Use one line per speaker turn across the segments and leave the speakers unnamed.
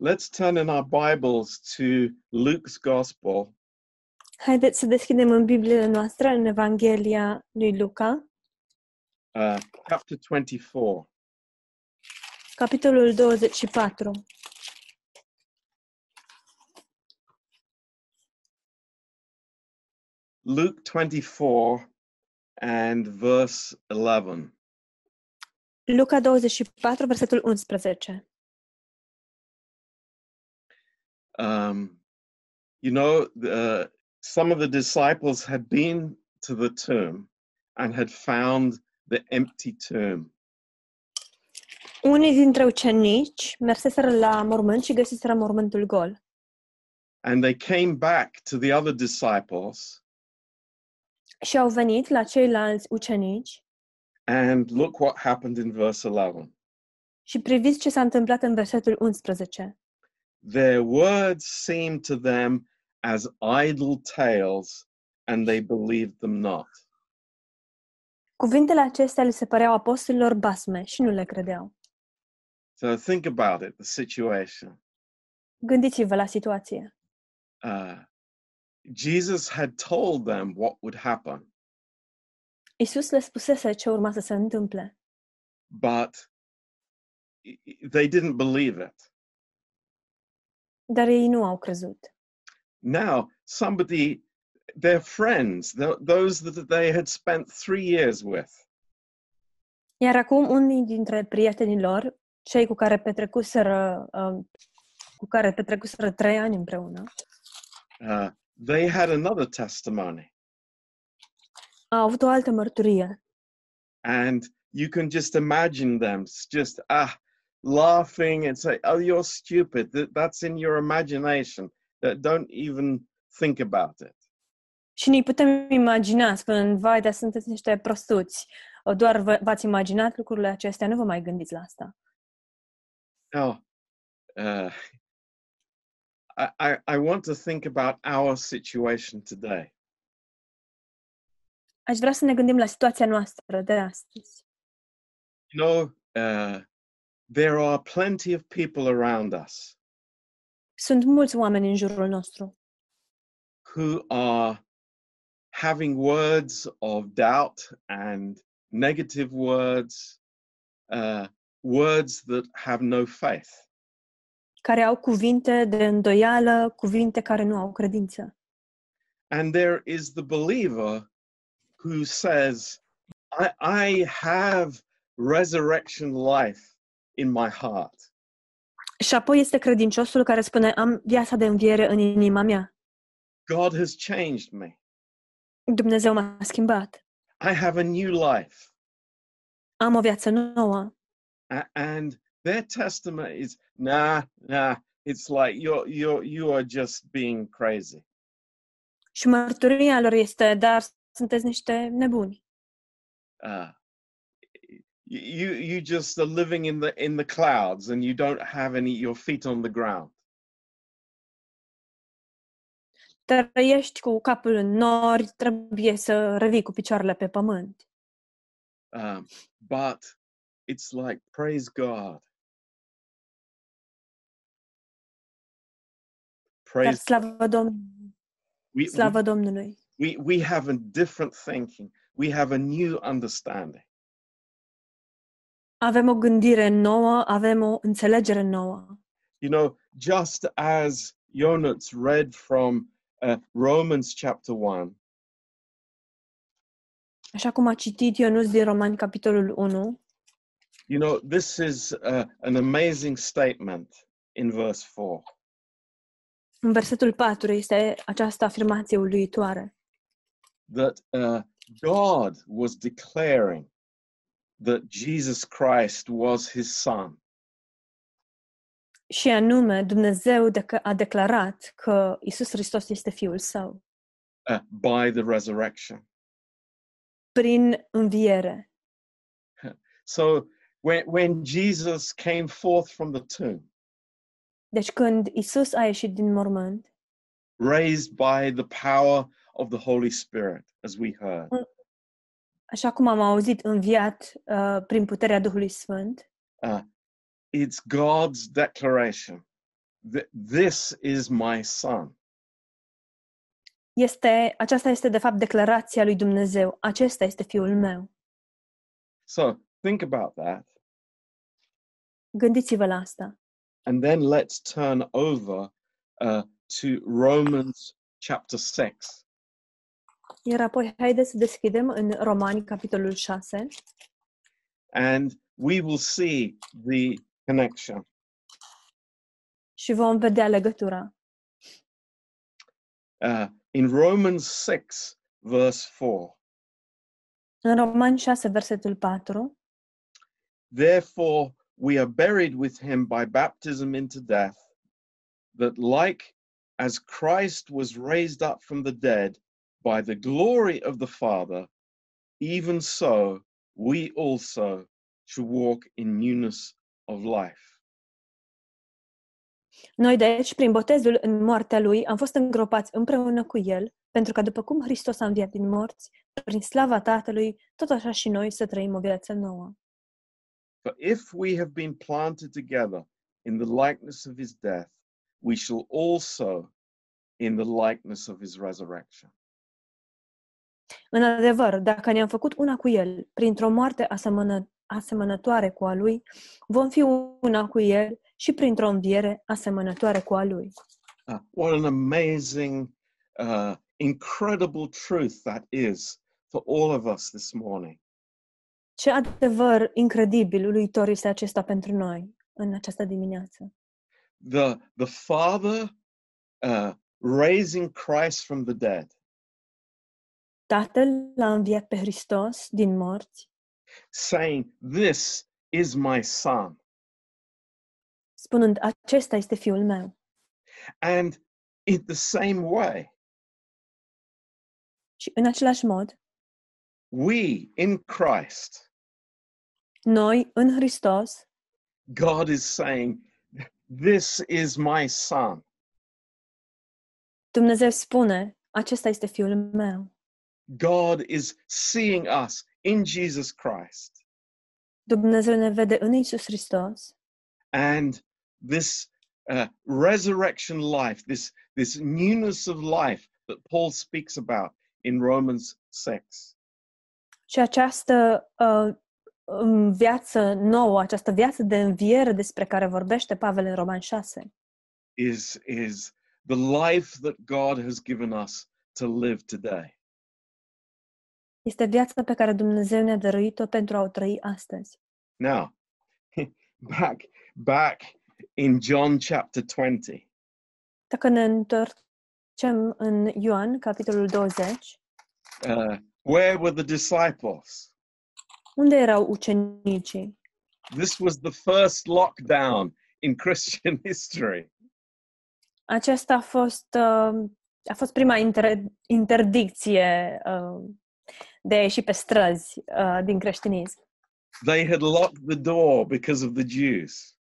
Let's turn in our Bibles to Luke's Gospel.
Haideți să deschidem în Biblia noastră, în Evanghelia lui Luca,
uh, chapter 24.
capitolul 24.
Luke 24 and verse 11.
Luca 24, versetul 11.
Um, you know, uh, some of the disciples had been to the tomb and had found the empty tomb.
Unii dintre ucenici merseseră la mormânt și găsiseră mormântul gol.
And they came back to the other disciples
Și au venit la ceilalți ucenici
and look what happened in verse 11.
și priviți ce s-a întâmplat în versetul 11.
Their words seemed to them as idle tales, and they believed them not.
Cuvintele acestea le se păreau apostolilor basme și nu le credeau.
So think about it the situation.
Gândiți-vă la situație.
Uh, Jesus had told them what would happen,
Isus le spusese ce urma să se întâmple,
but i- i- they didn't believe it.
dar ei nu au crezut.
Now, somebody, their friends, tho- those that they had spent three years with,
Iar acum unii dintre prietenii lor, cei cu care petrecuseră, uh, cu care petrecuseră trei ani împreună,
uh, they had another testimony.
au avut o altă mărturie
and you can just imagine them s- just ah laughing and say oh you're stupid Th- that's in your imagination That don't even think about it
și ne putem imagina, spun, vai, dar sunteți niște prostuți, Uh, doar vă- v-ați imaginat lucrurile acestea, nu vă mai gândiți la asta.
now uh, I, I, I want to think about our situation today
Aș vrea să ne gândim la situația noastră de astăzi.
you know uh, there are plenty of people around us
Sunt mulți oameni în jurul nostru
who are having words of doubt and negative words, uh, words that have no faith.
care au cuvinte de îndoială, cuvinte care nu au credință.
And there is the believer who says, I, I have resurrection life in my heart.
Și apoi este credinciosul care spune, am viața de înviere în inima mea.
God has changed me.
Dumnezeu m-a schimbat.
I have a new life.
Am o viață nouă.
A- and their testimony is, nah, nah, it's like you're, you're, you are just being crazy.
Și mărturia lor este, dar sunteți niște nebuni.
uh, y- you you just are living in the in the clouds and you don't have any your feet on the ground
Dar ești cu capul în nori, trebuie să revii cu picioarele pe pământ.
um, but it's like praise god
Dar
praise
slavă Domnului.
we,
Slavă Domnului.
we we have a different thinking we have a new understanding
Avem o gândire nouă, avem o înțelegere nouă.
you know just as jonas read from uh, romans chapter 1
Așa cum a citit Ionuț din Romani, capitolul 1,
you know this is uh, an amazing statement in verse 4
în versetul 4 este această afirmație uluitoare.
that uh, God was declaring that Jesus Christ was his son.
Și anume, Dumnezeu dec- a declarat că Isus Hristos este Fiul Său
uh, by the resurrection.
prin înviere.
So when, when Jesus came forth from the tomb,
Deci când Isus a ieșit din mormânt,
raised by the power of the Holy Spirit, as we heard,
așa cum am auzit înviat uh, prin puterea Duhului Sfânt,
uh, it's God's declaration th- this is my son.
Este, aceasta este, de fapt, declarația lui Dumnezeu. Acesta este fiul meu.
So think about that.
Gândiți-vă la asta.
And then let's turn over uh, to Romans chapter 6.
Iar apoi, haideți să deschidem în Romani, capitolul 6,
and we will see the connection.
și vom vedea legătura.
Uh, in Romans 6, verse 4,
În Romani 6, versetul 4,
therefore we are buried with him by baptism into death, that like as Christ was raised up from the dead by the glory of the Father, even so we also should walk in newness of life.
noi deci, prin botezul în moartea lui, am fost îngropați împreună cu el, pentru că după cum Hristos a înviat din morți, prin slava Tatălui, tot așa și noi să trăim o viață nouă.
For if we have been planted together in the likeness of his death, we shall also in the likeness of his resurrection.
În adevăr, dacă ne-am făcut una cu el, printr-o moarte asemănă, asemănătoare cu a lui, vom fi una cu el și printr-o înviere asemănătoare cu a lui.
Uh, what an amazing, uh, incredible truth that is for all of us this morning.
Ce adevăr incredibil, uluitor este acesta pentru noi în această dimineață.
The, the Father uh, raising Christ from the dead,
Tatăl l-a înviat pe Hristos din morți,
saying, This is my Son.
spunând, acesta este fiul meu.
And in the same way,
Și în același mod,
we in Christ
noi, în Hristos,
God is saying, This is my son.
Dumnezeu spune, acesta este fiul meu.
God is seeing us in Jesus Christ.
Dumnezeu ne vede în Isus Hristos
And this uh, resurrection life, this, this newness of life that Paul speaks about in Romans 6,
și această uh, um, viață nouă, această viață de înviere despre care vorbește Pavel în Roman 6.
is, is the life that God has given us to live today.
Este viața pe care Dumnezeu ne-a dăruit-o pentru a o trăi astăzi.
Now, back, back in John chapter 20.
Dacă ne întoarcem în Ioan, capitolul 20,
Uh, where were the disciples?
unde erau ucenicii?
this was the first lockdown in Christian history.
Aceasta a fost, uh, a fost prima inter- interdicție uh, de a ieși pe străzi uh, din creștinism.
They had locked the door because of the Jews.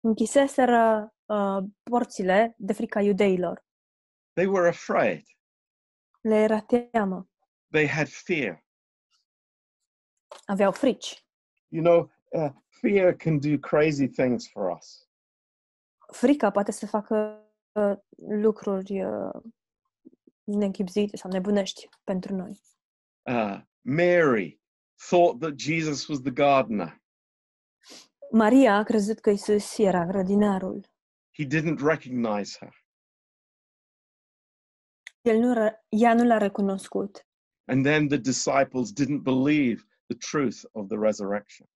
Închiseseră uh, porțile de frica iudeilor.
They were afraid.
Le era teamă.
They had fear.
Aveau frici.
You know, uh, fear can do crazy things for us.
Frica poate să facă uh, lucruri uh, neînchipzuite sau nebunești pentru noi.
Uh, Mary thought that Jesus was the gardener.
Maria a crezut că Isus era grădinarul.
He didn't recognize her.
El nu, ră- ea nu l-a recunoscut.
And then the disciples didn't believe the truth of the resurrection.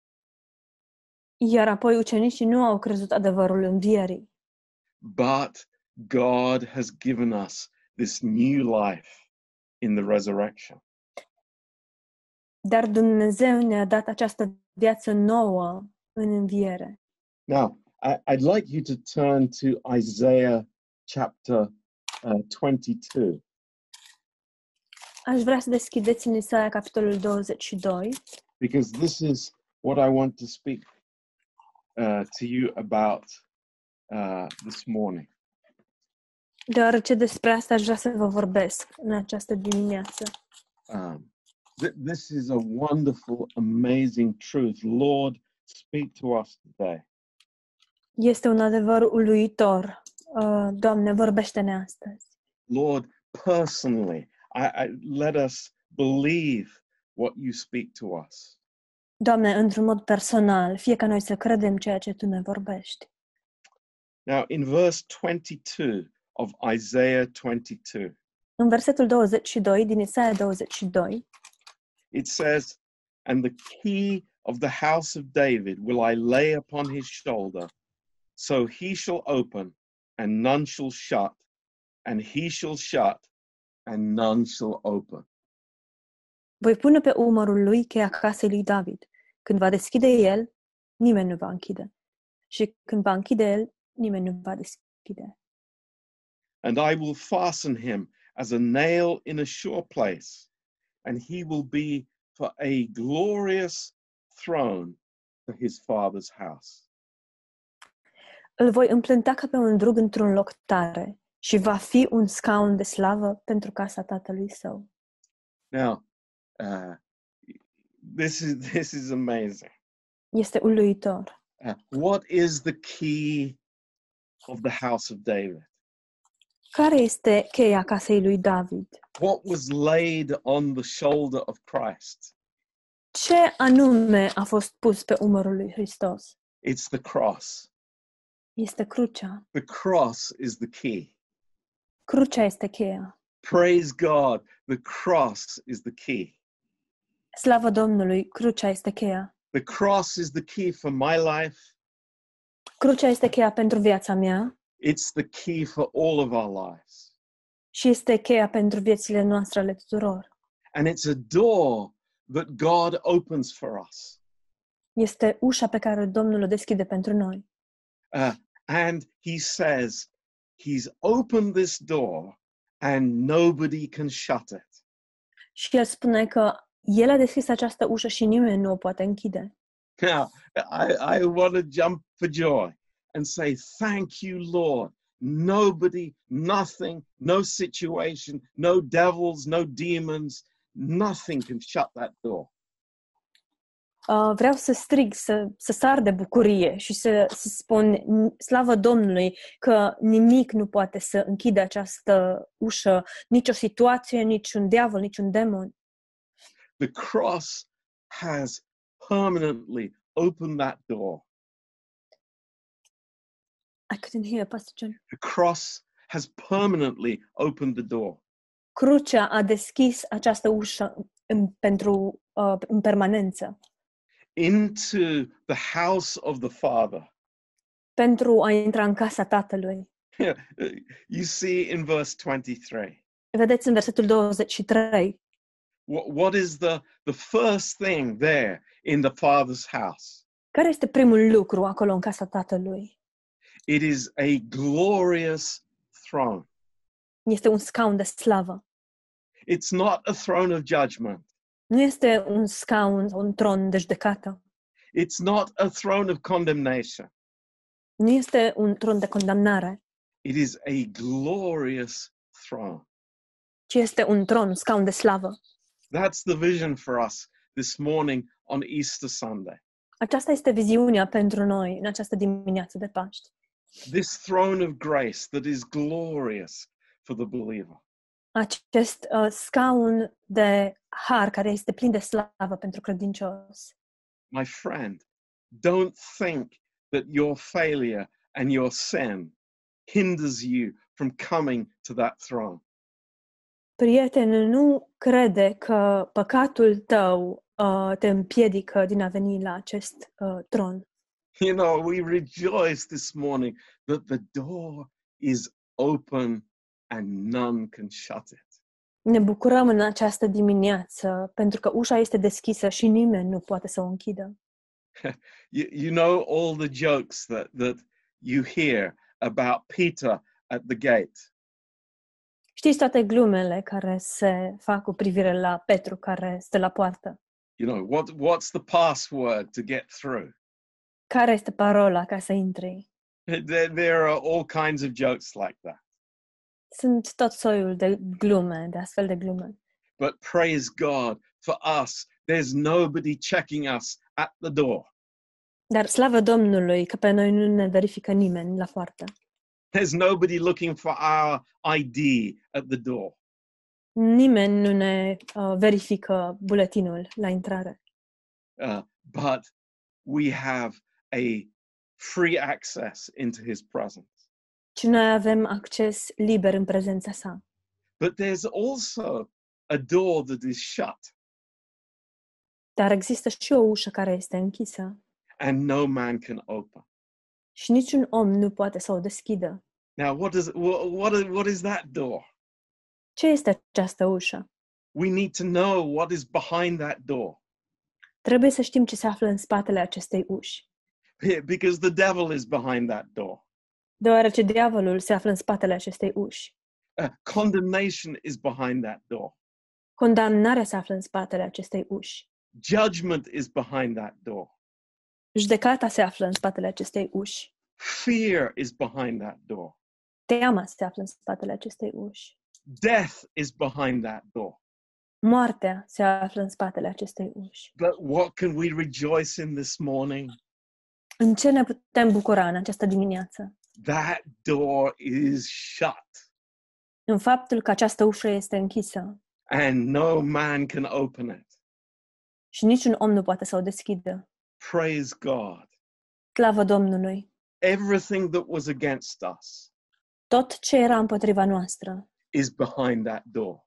Iar apoi ucenicii nu au crezut adevărul învierii.
But God has given us this new life in the resurrection.
Dar Dumnezeu ne-a dat această viață nouă în înviere.
Now, I, I'd like you to turn to Isaiah chapter uh, 22.
Aș vrea să deschideți în Isaia capitolul 22,
because this is what I want to speak uh, to you about uh, this morning.
deoarece despre asta aș vrea să vă vorbesc în această dimineață.
Um, th- this is a wonderful, amazing truth. Lord, speak to us today.
Este un adevăr uluitor. Uh, Uh, Doamne, vorbește-ne astăzi.
Lord, personally, I, I, let us believe what you speak to us.
Doamne, într-un mod personal, fie ca noi să credem ceea ce Tu ne vorbești.
Now, in verse 22 of Isaiah 22,
În versetul 22 din Isaia 22,
it says, And the key of the house of David will I lay upon his shoulder, so he shall open, and none shall shut, and he shall shut, and none shall open.
voi pune pe umărul lui cheia casei lui David. Când va deschide el, nimeni nu va închide. Și când va închide el, nimeni nu va deschide.
And I will fasten him as a nail in a sure place, and he will be for a glorious throne for his father's house.
Îl voi împlânta ca pe un drug într-un loc tare și va fi un scaun de slavă pentru casa tatălui său.
Now, uh, this is this is amazing.
Este uluitor.
Uh, what is the key of the house of David?
Care este cheia casei lui David?
What was laid on the shoulder of Christ?
Ce anume a fost pus pe umărul lui Hristos?
It's the cross.
Este crucea.
The cross is the key.
Crucea este cheia.
Praise God, the cross is the key.
Slavă Domnului, crucea este cheia.
The cross is the key for my life.
Crucea este cheia pentru viața mea,
It's the key for all of our lives.
și este cheia pentru viețile noastre ale tuturor.
And it's a door that God opens for us.
Este ușa pe care Domnul o deschide pentru noi.
Uh, and He says, He's opened this door and nobody can shut it.
Și el spune că el a deschis această ușă și nimeni nu o poate închide.
Now, I, I want to jump for joy and say, Thank you, Lord. Nobody, nothing, no situation, no devils, no demons, nothing can shut that door.
Uh, vreau să strig, să, să sar de bucurie și să, să spun "N- slavă Domnului că nimic nu poate să închide această ușă, nicio situație, niciun diavol, niciun demon.
the cross has permanently opened that door.
I couldn't hear, Pastor John.
The cross has permanently opened the door.
Crucea a deschis această ușă în, pentru, uh, în permanență.
Into the house of the Father.
pentru a intra în casa tatălui.
you see in verse 23.
Vedeți în versetul 23,
What, what is the, the first thing there in the Father's house?
care este primul lucru acolo în casa tatălui?
It is a glorious throne.
Este un scaun de slavă.
It's not a throne of judgment.
Nu este un scaun, un tron de judecată.
It's not a throne of condemnation.
Nu este un tron de condamnare,
It is a glorious throne.
ci este un tron, un scaun de slavă.
That's the vision for us this morning on Easter Sunday.
Aceasta este viziunea pentru noi în această dimineață de Paști.
This throne of grace that is glorious for the believer.
Acest uh, scaun de har care este plin de slavă pentru credincios.
My friend, don't think that your failure and your sin hinders you from coming to that throne.
Prietenul nu crede că păcatul tău uh, te împiedică din a veni la acest uh, tron.
You know, we rejoice this morning that the door is open and none can shut it.
Ne bucurăm în această dimineață pentru că ușa este deschisă și nimeni nu poate să o închidă.
you, you know all the jokes that that you hear about Peter at the gate.
Știți toate glumele care se fac cu privire la Petru care stă la poartă?
You know what what's the password to get through?
Care este parola ca să intri?
There, there are all kinds of jokes like that.
Sunt tot soiul de glume, de astfel de glume.
But praise God for us. There's nobody checking us at the door.
Dar slavă Domnului că pe noi nu ne verifică nimeni la poartă.
There's nobody looking for our ID at the door.
Nimeni nu ne uh, verifică buletinul la intrare,
Uh, but we have a free access into his presence.
ci noi avem acces liber în prezența sa.
But there's also a door that is shut
Dar există și o ușă care este închisă
and no man can open.
și niciun om nu poate să o deschidă.
Now, what is, what, what, is, what is that door?
Ce este această ușă?
We need to know what is behind that door
Trebuie să știm ce se află în spatele acestei uși,
be- because the devil is behind that door.
deoarece diavolul se află în spatele acestei uși.
Uh, condemnation is behind that door.
Condamnarea se află în spatele acestei uși.
Judgment is behind that door.
Judecata se află în spatele acestei uși.
Fear is behind that door.
Teama se află în spatele acestei uși.
Death is behind that door.
Moartea se află în spatele acestei uși.
But what can we rejoice in this morning?
În ce ne putem bucura în această dimineață?
That door is shut
În faptul că această ușă este închisă
and no man can open it.
și niciun om nu poate să o deschidă.
Praise God.
Slavă Domnului!
Everything that was against us
Tot ce era împotriva noastră
is behind that door.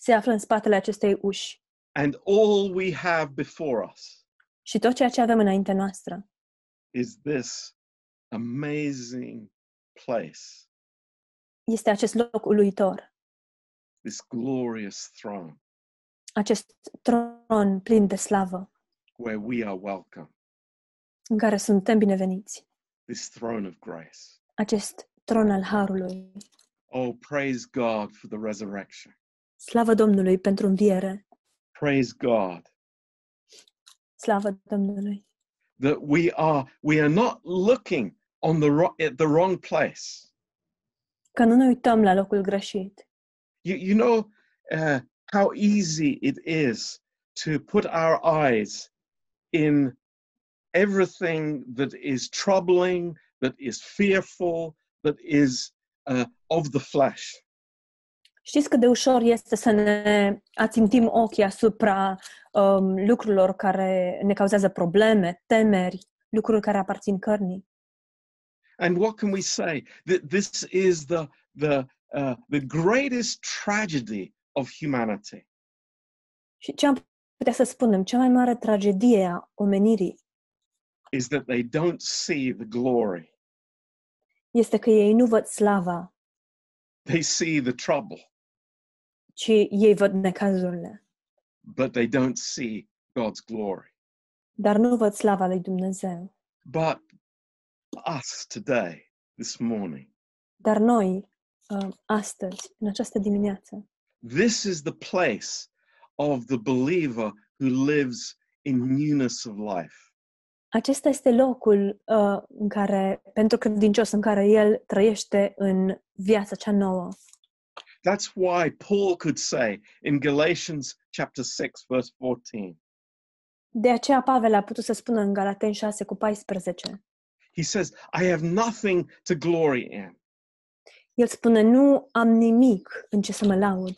se află în spatele acestei uși
And all we have before us
și tot ceea ce avem înaintea noastră
is this amazing place,
este acest loc uluitor,
this glorious throne
acest tron plin de slavă
where we are welcome,
în care suntem bineveniți,
this throne of grace.
acest tron al harului.
Oh, praise God for the resurrection.
Slavă Domnului pentru înviere,
Praise God
slavă Domnului!
that we are we are not looking on the ro- at the wrong place
Că nu ne uităm la locul greșit.
you, you know uh, how easy it is to put our eyes in everything that is troubling that is fearful that is uh, of the flesh
Știți cât de ușor este să ne ațintim ochii asupra um, lucrurilor care ne cauzează probleme, temeri, lucruri care aparțin cărnii.
and what can we say that this is the the uh, the greatest tragedy of humanity
Și ce am putea să spunem? Cea mai mare tragedie a omenirii
is that they don't see the glory
este că ei nu văd slava,
they see the trouble
ci ei văd necazurile,
but they don't see God's glory.
dar nu văd slava lui Dumnezeu.
But us today, this morning,
Dar noi, um, astăzi, în această dimineață,
this is the place of the believer who lives in newness of life.
acesta este locul uh, în care, pentru credincios, în care el trăiește în viața cea nouă.
That's why Paul could say in Galatians chapter 6 verse 14.
De aceea Pavel a putut să spună în Galateni 6 cu 14.
He says, "I have nothing to glory in.
El spune, nu am nimic în ce să mă laud.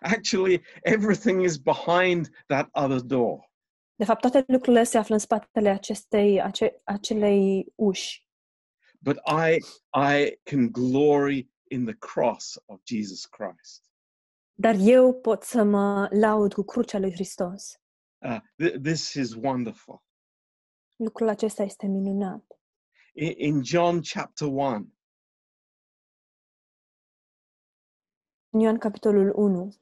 Actually, everything is behind that other door.
De fapt, toate lucrurile se află în spatele acestei, ace, acelei uși.
But I I can glory in the cross of Jesus Christ."
Dar eu pot să mă laud cu crucea lui Hristos.
Uh, th- this is wonderful.
Lucrul acesta este minunat.
In, in John chapter 1,
În Ioan capitolul 1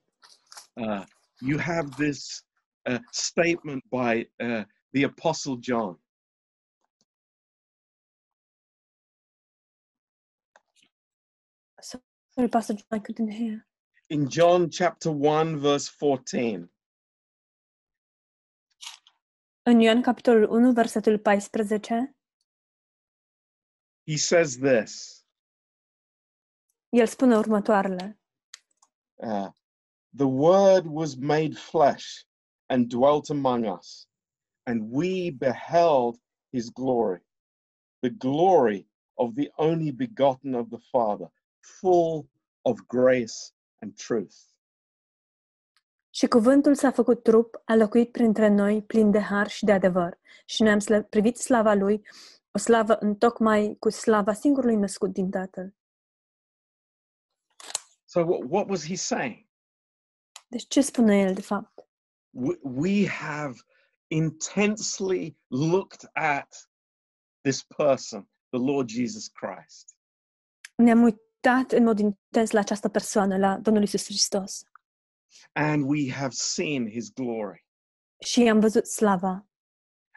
uh, you have this uh, statement by uh, the Apostle John.
Sorry, Pastor John, I couldn't hear.
In John chapter 1, verse 14,
În Ioan capitolul 1, versetul 14,
he says this
el spune următoarele.
uh, The Word was made flesh and dwelt among us, and we beheld his glory, the glory of the only begotten of the Father, full of grace and truth.
Și cuvântul s-a făcut trup, a locuit printre noi, plin de har și de adevăr. Și ne-am sl- privit slava lui, o slavă întocmai cu slava singurului născut din Tatăl.
So, what, what was he saying?
Deci ce spune el, de fapt?
We, we have intensely looked at this person, the Lord Jesus Christ.
Ne-am uitat în mod intens la această persoană, la Domnul Isus Hristos.
and we have seen his glory.
Și am văzut slava.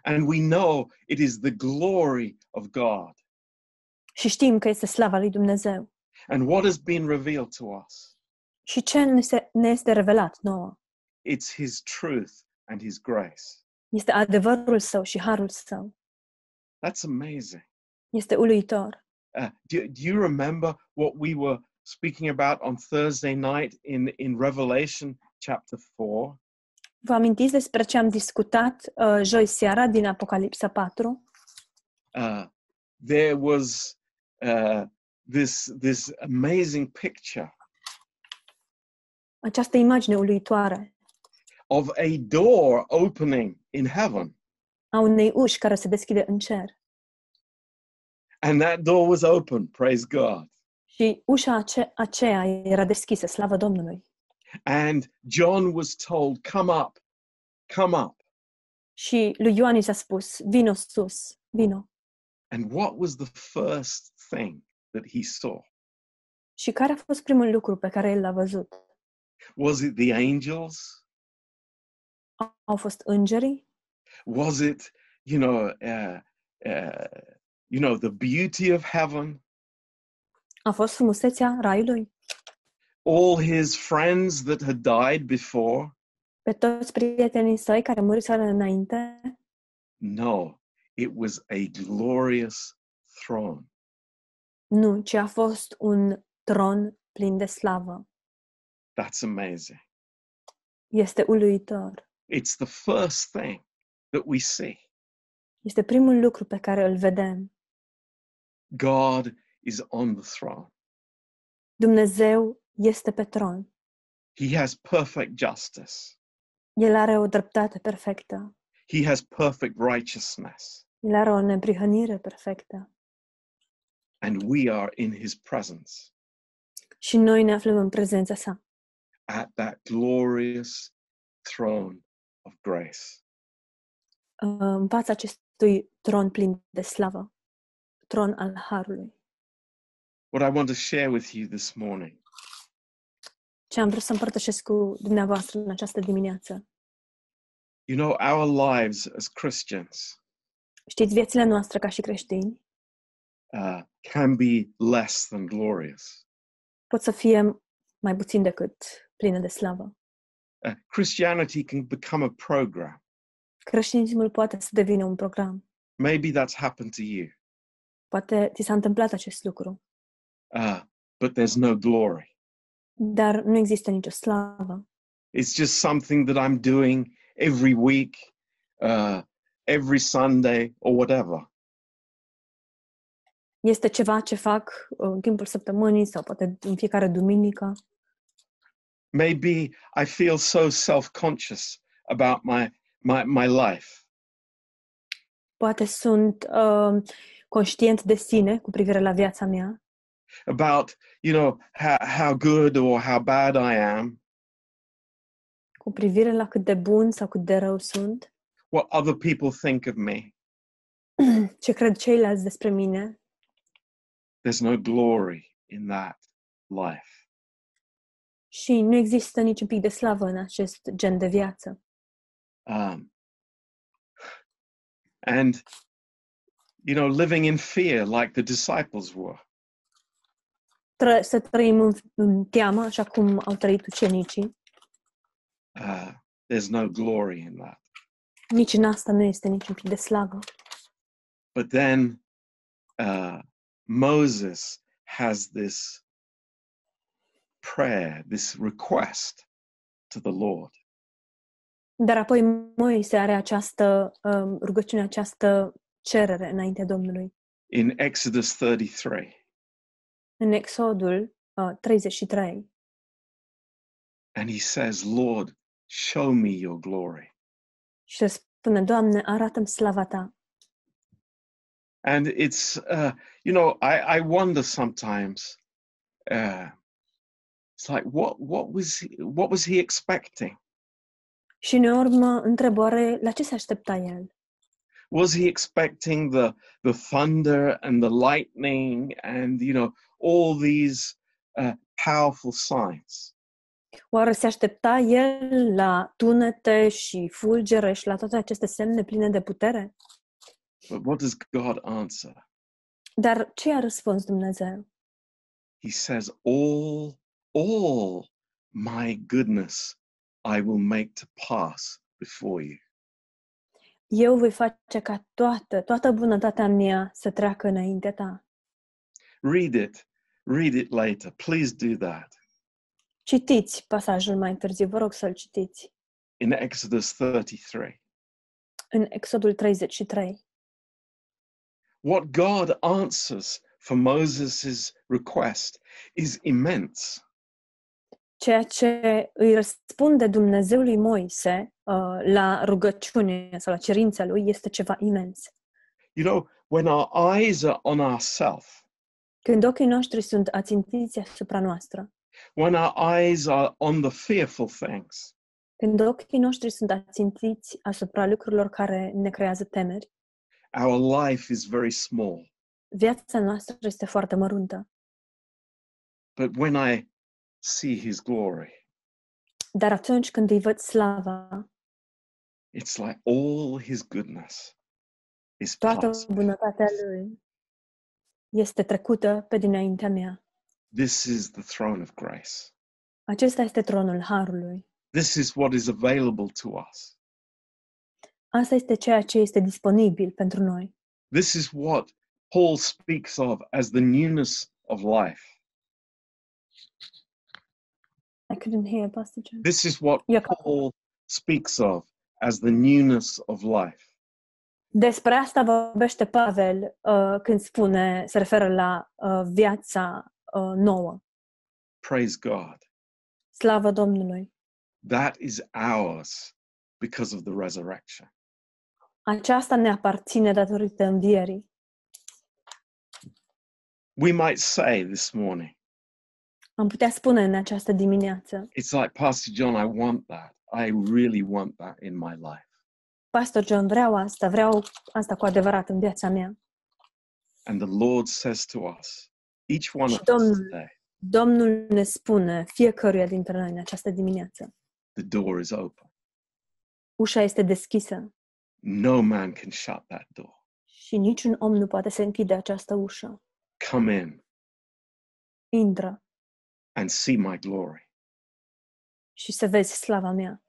And we know it is the glory of God.
Și știm că este slava lui Dumnezeu.
And what has been revealed to us?
Și ce ne, se, ne este revelat nouă?
It's his truth and his grace.
Este adevărul său și harul său.
That's amazing.
Este uluitor.
Uh, do, do you remember what we were speaking about on Thursday night in, in Revelation chapter 4?
Vă amintiți despre ce am discutat uh, joi seara din Apocalipsa 4?
Uh, there was uh, this, this amazing picture
Această imagine uluitoare
of a door opening in heaven.
a unei uși care se deschide în cer.
And that door was open, praise God.
Și ușa ace- aceea era deschisă, slavă Domnului.
And John was told, Come up, come up.
Și lui Ioan i s-a spus, vino sus, vino.
And what was the first thing that he saw?
Și care a fost primul lucru pe care el l-a văzut?
Was it the angels?
Au fost îngerii?
Was it, you know, uh, uh, you know, the beauty of heaven?
A fost frumusețea raiului?
All his friends that had died before?
Pe toți prietenii săi care muriseră înainte?
No, it was a glorious throne.
Nu, ci a fost un tron plin de slavă.
That's amazing.
Este uluitor.
It's the first thing that we see.
Este primul lucru pe care îl vedem.
God is on the throne.
Dumnezeu este pe tron.
He has perfect justice.
El are o dreptate perfectă.
He has perfect righteousness,
El are o neprihănire perfectă.
and we are in his presence
Și noi ne aflăm în prezența sa,
at that glorious throne of grace.
în fața acestui tron plin de slavă, tron al harului.
What I want to share with you this morning
ce am vrut să împărtășesc cu dumneavoastră în această dimineață.
you know, our lives as Christians
Știți, viețile noastre ca și creștini
uh, can be less than glorious.
pot să fie mai puțin decât pline de slavă.
Uh, Christianity can become a program.
Creștinismul poate să devină un program.
Maybe that's happened to you,
Poate ți s-a întâmplat acest lucru,
uh, but there's no glory.
dar nu există nicio slavă.
It's just something that I'm doing every week, uh, every Sunday, or whatever.
Este ceva ce fac uh, în timpul săptămânii sau poate în fiecare duminică.
maybe i feel so self-conscious about my my my life
Poate sunt uh, conștient de sine cu privire la viața mea,
about you know how, how good or how bad i am
cu privire la cât de bun sau cât de rău sunt,
what other people think of me
ce cred ceilalți despre mine,
there's no glory in that life
Și nu există niciun pic de slavă în acest gen de viață.
um, and you know living in fear like the disciples were
Tră- să trăim în, în teamă, așa cum au trăit ucenicii,
uh, there's no glory in that
nici în asta nu este niciun pic de slavă.
but then uh, Moses has this prayer, this request to the Lord.
Dar apoi Moise are această um, rugăciune, această cerere înaintea Domnului.
in Exodus 33.
în Exodul uh, 33
And he says, Lord, show me your glory.
și se spune, Doamne, arată-mi slava ta.
And it's, uh, you know, I, I wonder sometimes. Uh, it's like, what, what, was he, what was he expecting?
Și în urmă, întrebare, la ce se aștepta el?
Was he expecting the, the thunder and the lightning and, you know, all these uh, powerful signs?
Oare se aștepta el la tunete și fulgere și la toate aceste semne pline de putere?
But what does God answer?
Dar ce a răspuns Dumnezeu?
He says, All, all my goodness I will make to pass before you.
Eu voi face ca toată, toată bunătatea mea să treacă înaintea ta.
Read it. Read it later. Please do that.
Citiți pasajul mai târziu, vă rog să-l citiți,
in Exodus 33.
în Exodul 33.
What God answers for Moses' request is immense.
Ceea ce îi răspunde Dumnezeul lui Moise uh, la rugăciune sau la cerința lui este ceva imens.
You know, when our eyes are on ourself,
Când ochii noștri sunt ațintiți asupra noastră,
when our eyes are on the fearful things,
când ochii noștri sunt ațintiți asupra lucrurilor care ne creează temeri,
our life is very small.
viața noastră este foarte măruntă.
But when I see his glory,
Dar atunci când îi văd slava,
it's like all his goodness is
toată
past.
bunătatea lui este trecută pe dinaintea mea.
This is the throne of grace.
Acesta este tronul harului.
This is what is available to us.
Asta este ceea ce este disponibil pentru noi.
This is what Paul speaks of as the newness of life.
I couldn't hear, Pastor John.
This is what
E ca-
Paul speaks of as the newness of life.
Despre asta vorbește Pavel uh, când spune, se referă la uh, viața uh, nouă.
Praise God.
Slavă Domnului!
That is ours because of the resurrection.
Aceasta ne aparține datorită învierii.
We might say this morning,
Am putea spune în această dimineață,
it's like, Pastor John, I want that. I really want that in my life.
Pastor John, vreau asta, vreau asta cu adevărat în viața mea.
And the Lord says to us, each one of us
Domnul-
today,
Domnul ne spune fiecăruia dintre noi în această dimineață.
the door is open.
Ușa este deschisă
No man can shut that door.
și niciun om nu poate să închide această ușă.
Come in
Intră
and see my glory.
și să vezi slava mea.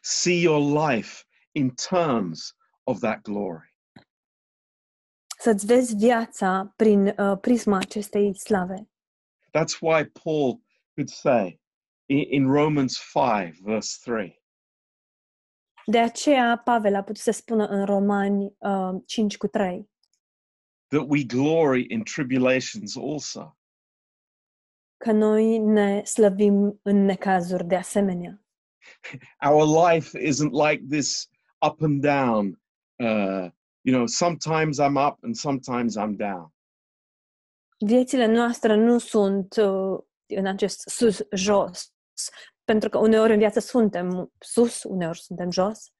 See your life in terms of that glory.
Să-ți vezi viața prin uh, prisma acestei slave.
That's why Paul could say i- in Romans 5, verse 3,
De aceea Pavel a putut să spună în Romani uh, 5 cu 3
that we glory in tribulations also,
că noi ne slăvim în necazuri de asemenea.
our life isn't like this up and down. Uh, you know, sometimes I'm up and sometimes I'm down.
viețile noastre nu sunt uh, în acest sus-jos, pentru că uneori în viață suntem sus, uneori suntem jos,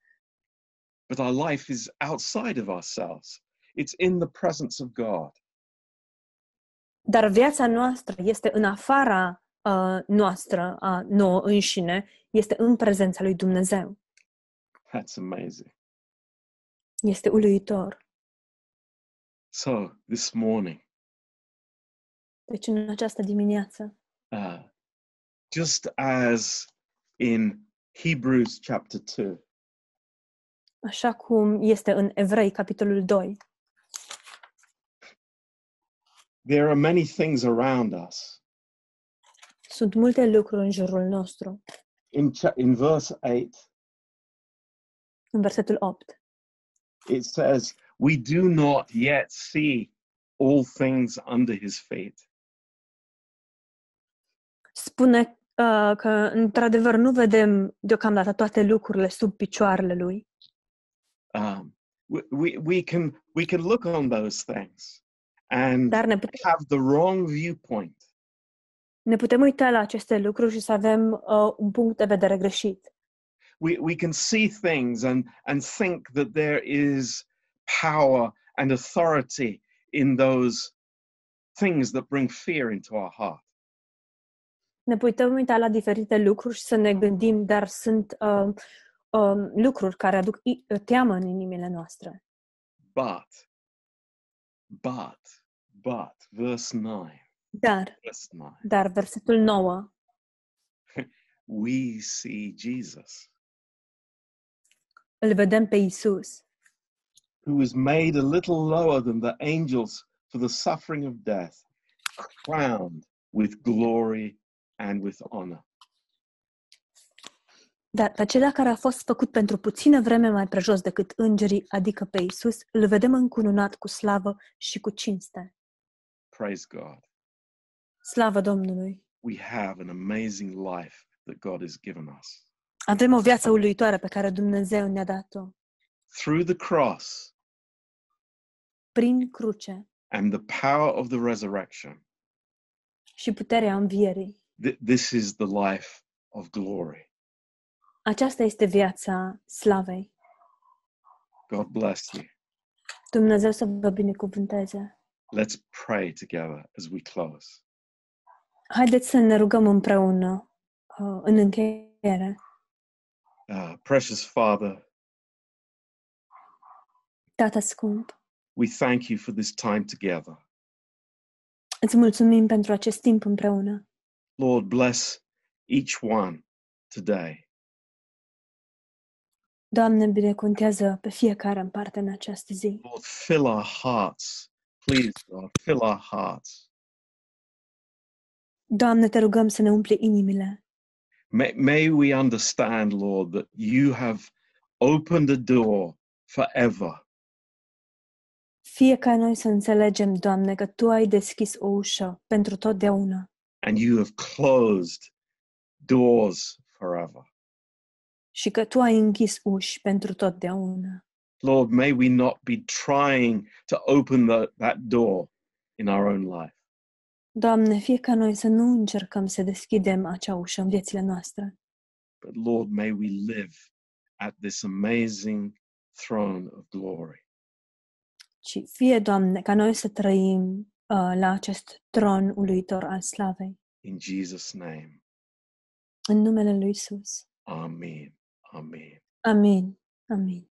But our life is outside of ourselves, it's in the presence of God.
dar viața noastră este în afara uh, noastră, a nouă înșine, este în prezența lui Dumnezeu.
That's amazing.
Este uluitor.
So this morning,
Deci în această dimineață,
uh, just as in Hebrews chapter 2,
așa cum este în Evrei, capitolul 2,
there are many things around us.
sunt multe lucruri în jurul nostru.
In, cha- in verse 8,
În versetul 8,
it says, We do not yet see all things under his feet.
Spune uh, că, într-adevăr, nu vedem deocamdată toate lucrurile sub picioarele lui,
Um, we, we, we, can, we can look on those things and
dar ne putem,
have the wrong viewpoint.
ne putem uita la aceste lucruri și să avem uh, un punct de vedere greșit.
we, we can see things and, and think that there is power and authority in those things that bring fear into our heart.
Ne putem uita la diferite lucruri și să ne gândim, dar sunt uh, uh, lucruri care aduc i- teamă în inimile noastre.
But, but, but, verse 9,
Dar,
verse 9,
dar versetul 9,
we see Jesus,
îl vedem pe Isus,
who was made a little lower than the angels for the suffering of death, crowned with glory and with honor.
dar pe acela care a fost făcut pentru puțină vreme mai prejos decât îngerii, adică pe Isus, îl vedem încununat cu slavă și cu cinste.
Praise God.
Slavă Domnului!
we have an amazing life that God has given us.
Avem o viață uluitoare pe care Dumnezeu ne-a dat-o,
Through the cross
prin cruce
and the power of the resurrection,
și puterea învierii.
th- this is the life of glory.
Aceasta este viața slavei.
God bless you.
Dumnezeu să vă binecuvânteze.
Let's pray together as we close.
Haideți să ne rugăm împreună uh, în încheiere.
Uh, precious Father,
Tată scump,
we thank you for this time together.
Îți mulțumim pentru acest timp împreună.
Lord, bless each one today.
Doamne, binecuvântează pe fiecare în parte în această zi.
Lord, fill our hearts. Please, God, fill our hearts.
Doamne, te rugăm să ne umpli inimile.
May, may we understand, Lord, that you have opened a door forever
Fie ca noi să înțelegem, Doamne, că Tu ai deschis o ușă pentru totdeauna
and you have closed doors forever.
și că Tu ai închis uși pentru totdeauna.
Lord, may we not be trying to open the, that door in our own life.
Doamne, fie ca noi să nu încercăm să deschidem acea ușă în viețile noastre,
But Lord, may we live at this amazing throne of glory.
ci fie, Doamne, ca noi să trăim uh, la acest tron uluitor al slavei.
In Jesus' name,
În numele Lui Isus.
Amen. Amen.
Amin. Amin.